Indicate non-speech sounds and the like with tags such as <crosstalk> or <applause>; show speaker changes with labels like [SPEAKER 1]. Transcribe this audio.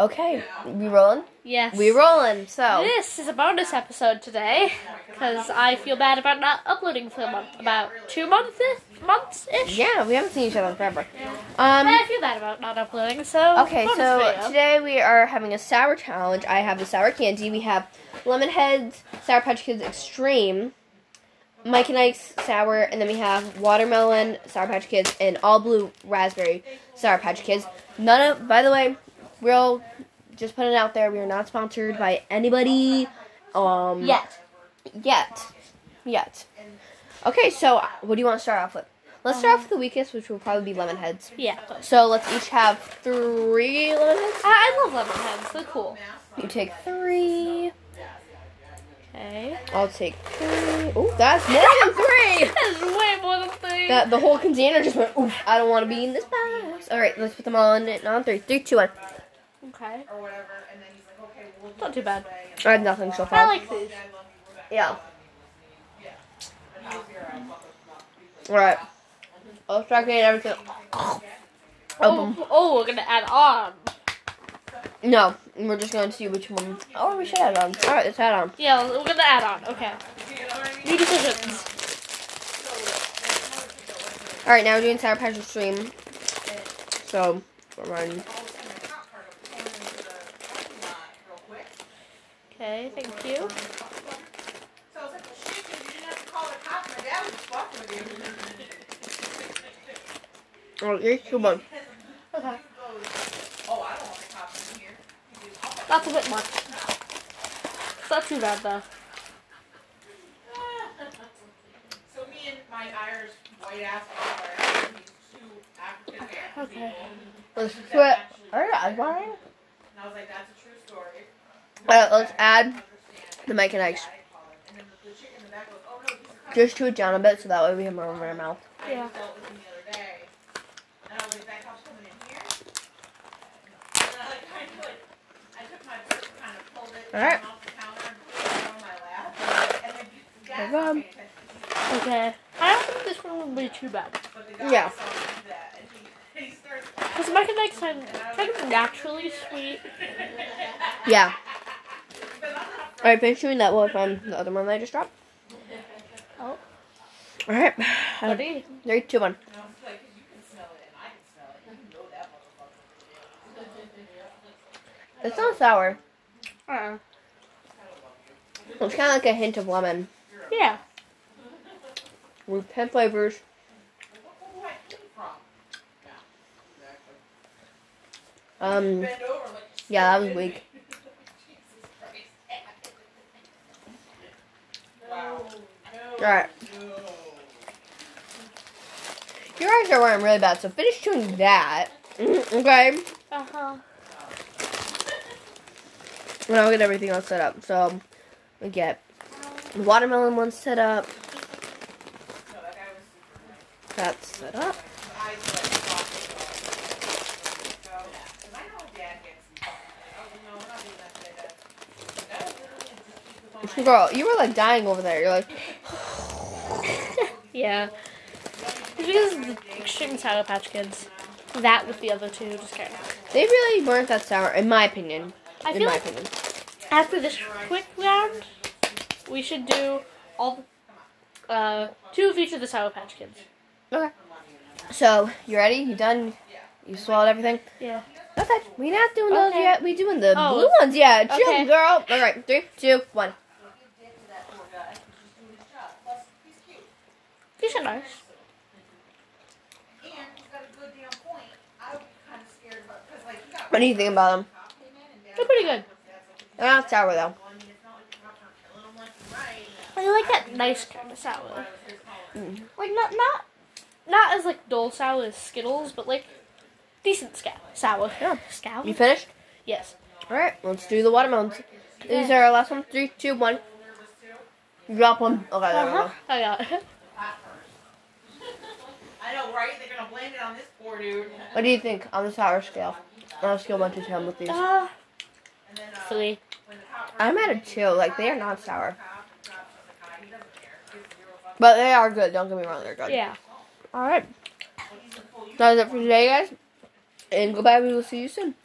[SPEAKER 1] Okay, we rolling?
[SPEAKER 2] Yes.
[SPEAKER 1] We rolling. So
[SPEAKER 2] This is a bonus episode today because I feel bad about not uploading for a month, about two months, months ish.
[SPEAKER 1] yeah, we haven't seen each other in forever. Um.
[SPEAKER 2] I feel bad about not uploading, so
[SPEAKER 1] Okay,
[SPEAKER 2] bonus
[SPEAKER 1] so
[SPEAKER 2] video.
[SPEAKER 1] today we are having a sour challenge. I have the sour candy. We have Lemon Heads, Sour Patch Kids Extreme, Mike and Ike's sour, and then we have watermelon Sour Patch Kids and all blue raspberry Sour Patch Kids. None of, by the way, we're all just putting it out there. We are not sponsored by anybody. Um.
[SPEAKER 2] Yet.
[SPEAKER 1] Yet. Yet. Okay, so what do you want to start off with? Let's start off with the weakest, which will probably be Lemon Heads.
[SPEAKER 2] Yeah.
[SPEAKER 1] So let's each have three lemon heads.
[SPEAKER 2] I, I love lemon heads. They're cool.
[SPEAKER 1] You take three.
[SPEAKER 2] Okay. <laughs>
[SPEAKER 1] I'll take three. Oh, that's more than three. <laughs>
[SPEAKER 2] That is way more than three.
[SPEAKER 1] That the whole container just went. Oof! I don't want to be in this box. All right, let's put them all in it. On three, three, two, one.
[SPEAKER 2] okay.
[SPEAKER 3] or whatever, and then he's like, okay, we'll
[SPEAKER 2] Not too bad.
[SPEAKER 1] I have nothing so far.
[SPEAKER 2] I like these.
[SPEAKER 1] yeah. All right. I'll start getting everything. Open.
[SPEAKER 2] Oh, oh, we're gonna add on.
[SPEAKER 1] No, we're just going to see which one. Oh, we should add on. All right, let's add on.
[SPEAKER 2] Yeah, we're gonna add on. Okay. New decisions.
[SPEAKER 1] All right, now we're doing Sour Patch Extreme. So we're running.
[SPEAKER 3] Oh,
[SPEAKER 2] Okay, thank you.
[SPEAKER 3] So I was like, well, shit, 'cause you didn't have to call the cops. My dad was fucking with you.
[SPEAKER 1] Oh, here's two one.
[SPEAKER 2] Okay.
[SPEAKER 3] Oh, I don't want the cops in here.
[SPEAKER 2] That's a bit much. It's not too bad though.
[SPEAKER 3] <laughs> So me and my Irish white ass brother, these two African American
[SPEAKER 2] Okay.
[SPEAKER 3] people,
[SPEAKER 1] Let's put.
[SPEAKER 3] that
[SPEAKER 1] uh, All
[SPEAKER 3] actually-
[SPEAKER 1] right, why?
[SPEAKER 3] And I was like, that's a true story.
[SPEAKER 1] Alright, let's add
[SPEAKER 3] Understand.
[SPEAKER 1] the Mike and Ike's.
[SPEAKER 3] I call it. And then the, the chick in the back goes, oh no, he's a cop.
[SPEAKER 1] Just chew it down a bit so that way we have more room in our mouth.
[SPEAKER 3] I
[SPEAKER 2] Yeah.
[SPEAKER 3] just dealt with him the other day. And I was like, that cop's coming in here? And I like, kind of like, I took my purse, kind of pulled it
[SPEAKER 1] Alright.
[SPEAKER 3] down off the counter and put it on my lap. And then the guy
[SPEAKER 1] Hold on.
[SPEAKER 3] saw me,
[SPEAKER 2] Okay. I don't think this one will be too bad.
[SPEAKER 3] but the guy
[SPEAKER 1] Yeah.
[SPEAKER 3] saw me do that. And he, he starts laughing.
[SPEAKER 2] Because Mike and Ike's kind kind of naturally sweet.
[SPEAKER 1] Yeah.
[SPEAKER 3] But I'm not
[SPEAKER 1] Alright, finish chewing that one from the other one that I just dropped.
[SPEAKER 2] Oh.
[SPEAKER 1] Alright.
[SPEAKER 2] Buddy.
[SPEAKER 1] Three, two, one.
[SPEAKER 3] And I was like, you can smell it and I can smell it. You know that motherfucker.
[SPEAKER 1] It's not sour.
[SPEAKER 2] Uh,
[SPEAKER 1] It's kind of like a hint of lemon.
[SPEAKER 2] yeah.
[SPEAKER 1] With 10 flavors.
[SPEAKER 3] What where do I came from? Yeah.
[SPEAKER 1] Um,
[SPEAKER 3] Exactly. Bend over like you
[SPEAKER 1] yeah, that
[SPEAKER 3] said,
[SPEAKER 1] was
[SPEAKER 3] didn't
[SPEAKER 1] weak.
[SPEAKER 3] you? Jesus Christ. Wow.
[SPEAKER 1] Alright.
[SPEAKER 3] No.
[SPEAKER 1] Your eyes are wearing really bad, so finish chewing that. Mm, Okay.
[SPEAKER 2] Uh huh.
[SPEAKER 1] And I'll get everything else set up. So, we get the watermelon one set up. That's set up. Girl, you were like dying over there. You're like,
[SPEAKER 2] Yeah. It's because of the extreme Sour Patch Kids. That with the other two, just kind of.
[SPEAKER 1] they really weren't that sour, in my opinion.
[SPEAKER 2] I
[SPEAKER 1] in
[SPEAKER 2] feel
[SPEAKER 1] my
[SPEAKER 2] like
[SPEAKER 1] opinion.
[SPEAKER 2] after this quick round, we should do all the, uh, two of each of the Sour Patch Kids.
[SPEAKER 1] Okay. So, you ready? You done? You swallowed everything?
[SPEAKER 2] Yeah.
[SPEAKER 1] Okay. We not doing those
[SPEAKER 2] Okay.
[SPEAKER 1] yet. We doing the
[SPEAKER 2] Oh.
[SPEAKER 1] blue ones. Yeah. Chill,
[SPEAKER 2] Okay.
[SPEAKER 1] girl. All right. Three, two, one.
[SPEAKER 2] These are nice.
[SPEAKER 1] What do you think about them?
[SPEAKER 2] They're pretty good.
[SPEAKER 1] They're not sour though.
[SPEAKER 2] I like that nice kind of sour. Like not not not as like dull sour as Skittles, but like decent scow- sour.
[SPEAKER 1] Yeah.
[SPEAKER 2] Scour?
[SPEAKER 1] You finished?
[SPEAKER 2] yes.
[SPEAKER 1] All right. Let's do the watermelons. These are our last one. Three, two, one. Drop one. Okay. There we
[SPEAKER 2] Uh-huh.
[SPEAKER 1] go.
[SPEAKER 2] I got it.
[SPEAKER 3] I know, right? They're gonna blame it on this poor dude.
[SPEAKER 1] What do you think on the sour scale? On a scale one to ten with these,
[SPEAKER 2] Uh,
[SPEAKER 3] And then, uh,
[SPEAKER 2] three.
[SPEAKER 3] when the cop
[SPEAKER 1] I'm at a two. Like they are not sour,
[SPEAKER 3] cop and cops on the guy, he doesn't care. Gives zero fucks.
[SPEAKER 1] but they are good. Don't get me wrong. They're good.
[SPEAKER 2] Yeah.
[SPEAKER 1] All right. That is it for today, guys. And goodbye. We will see you soon.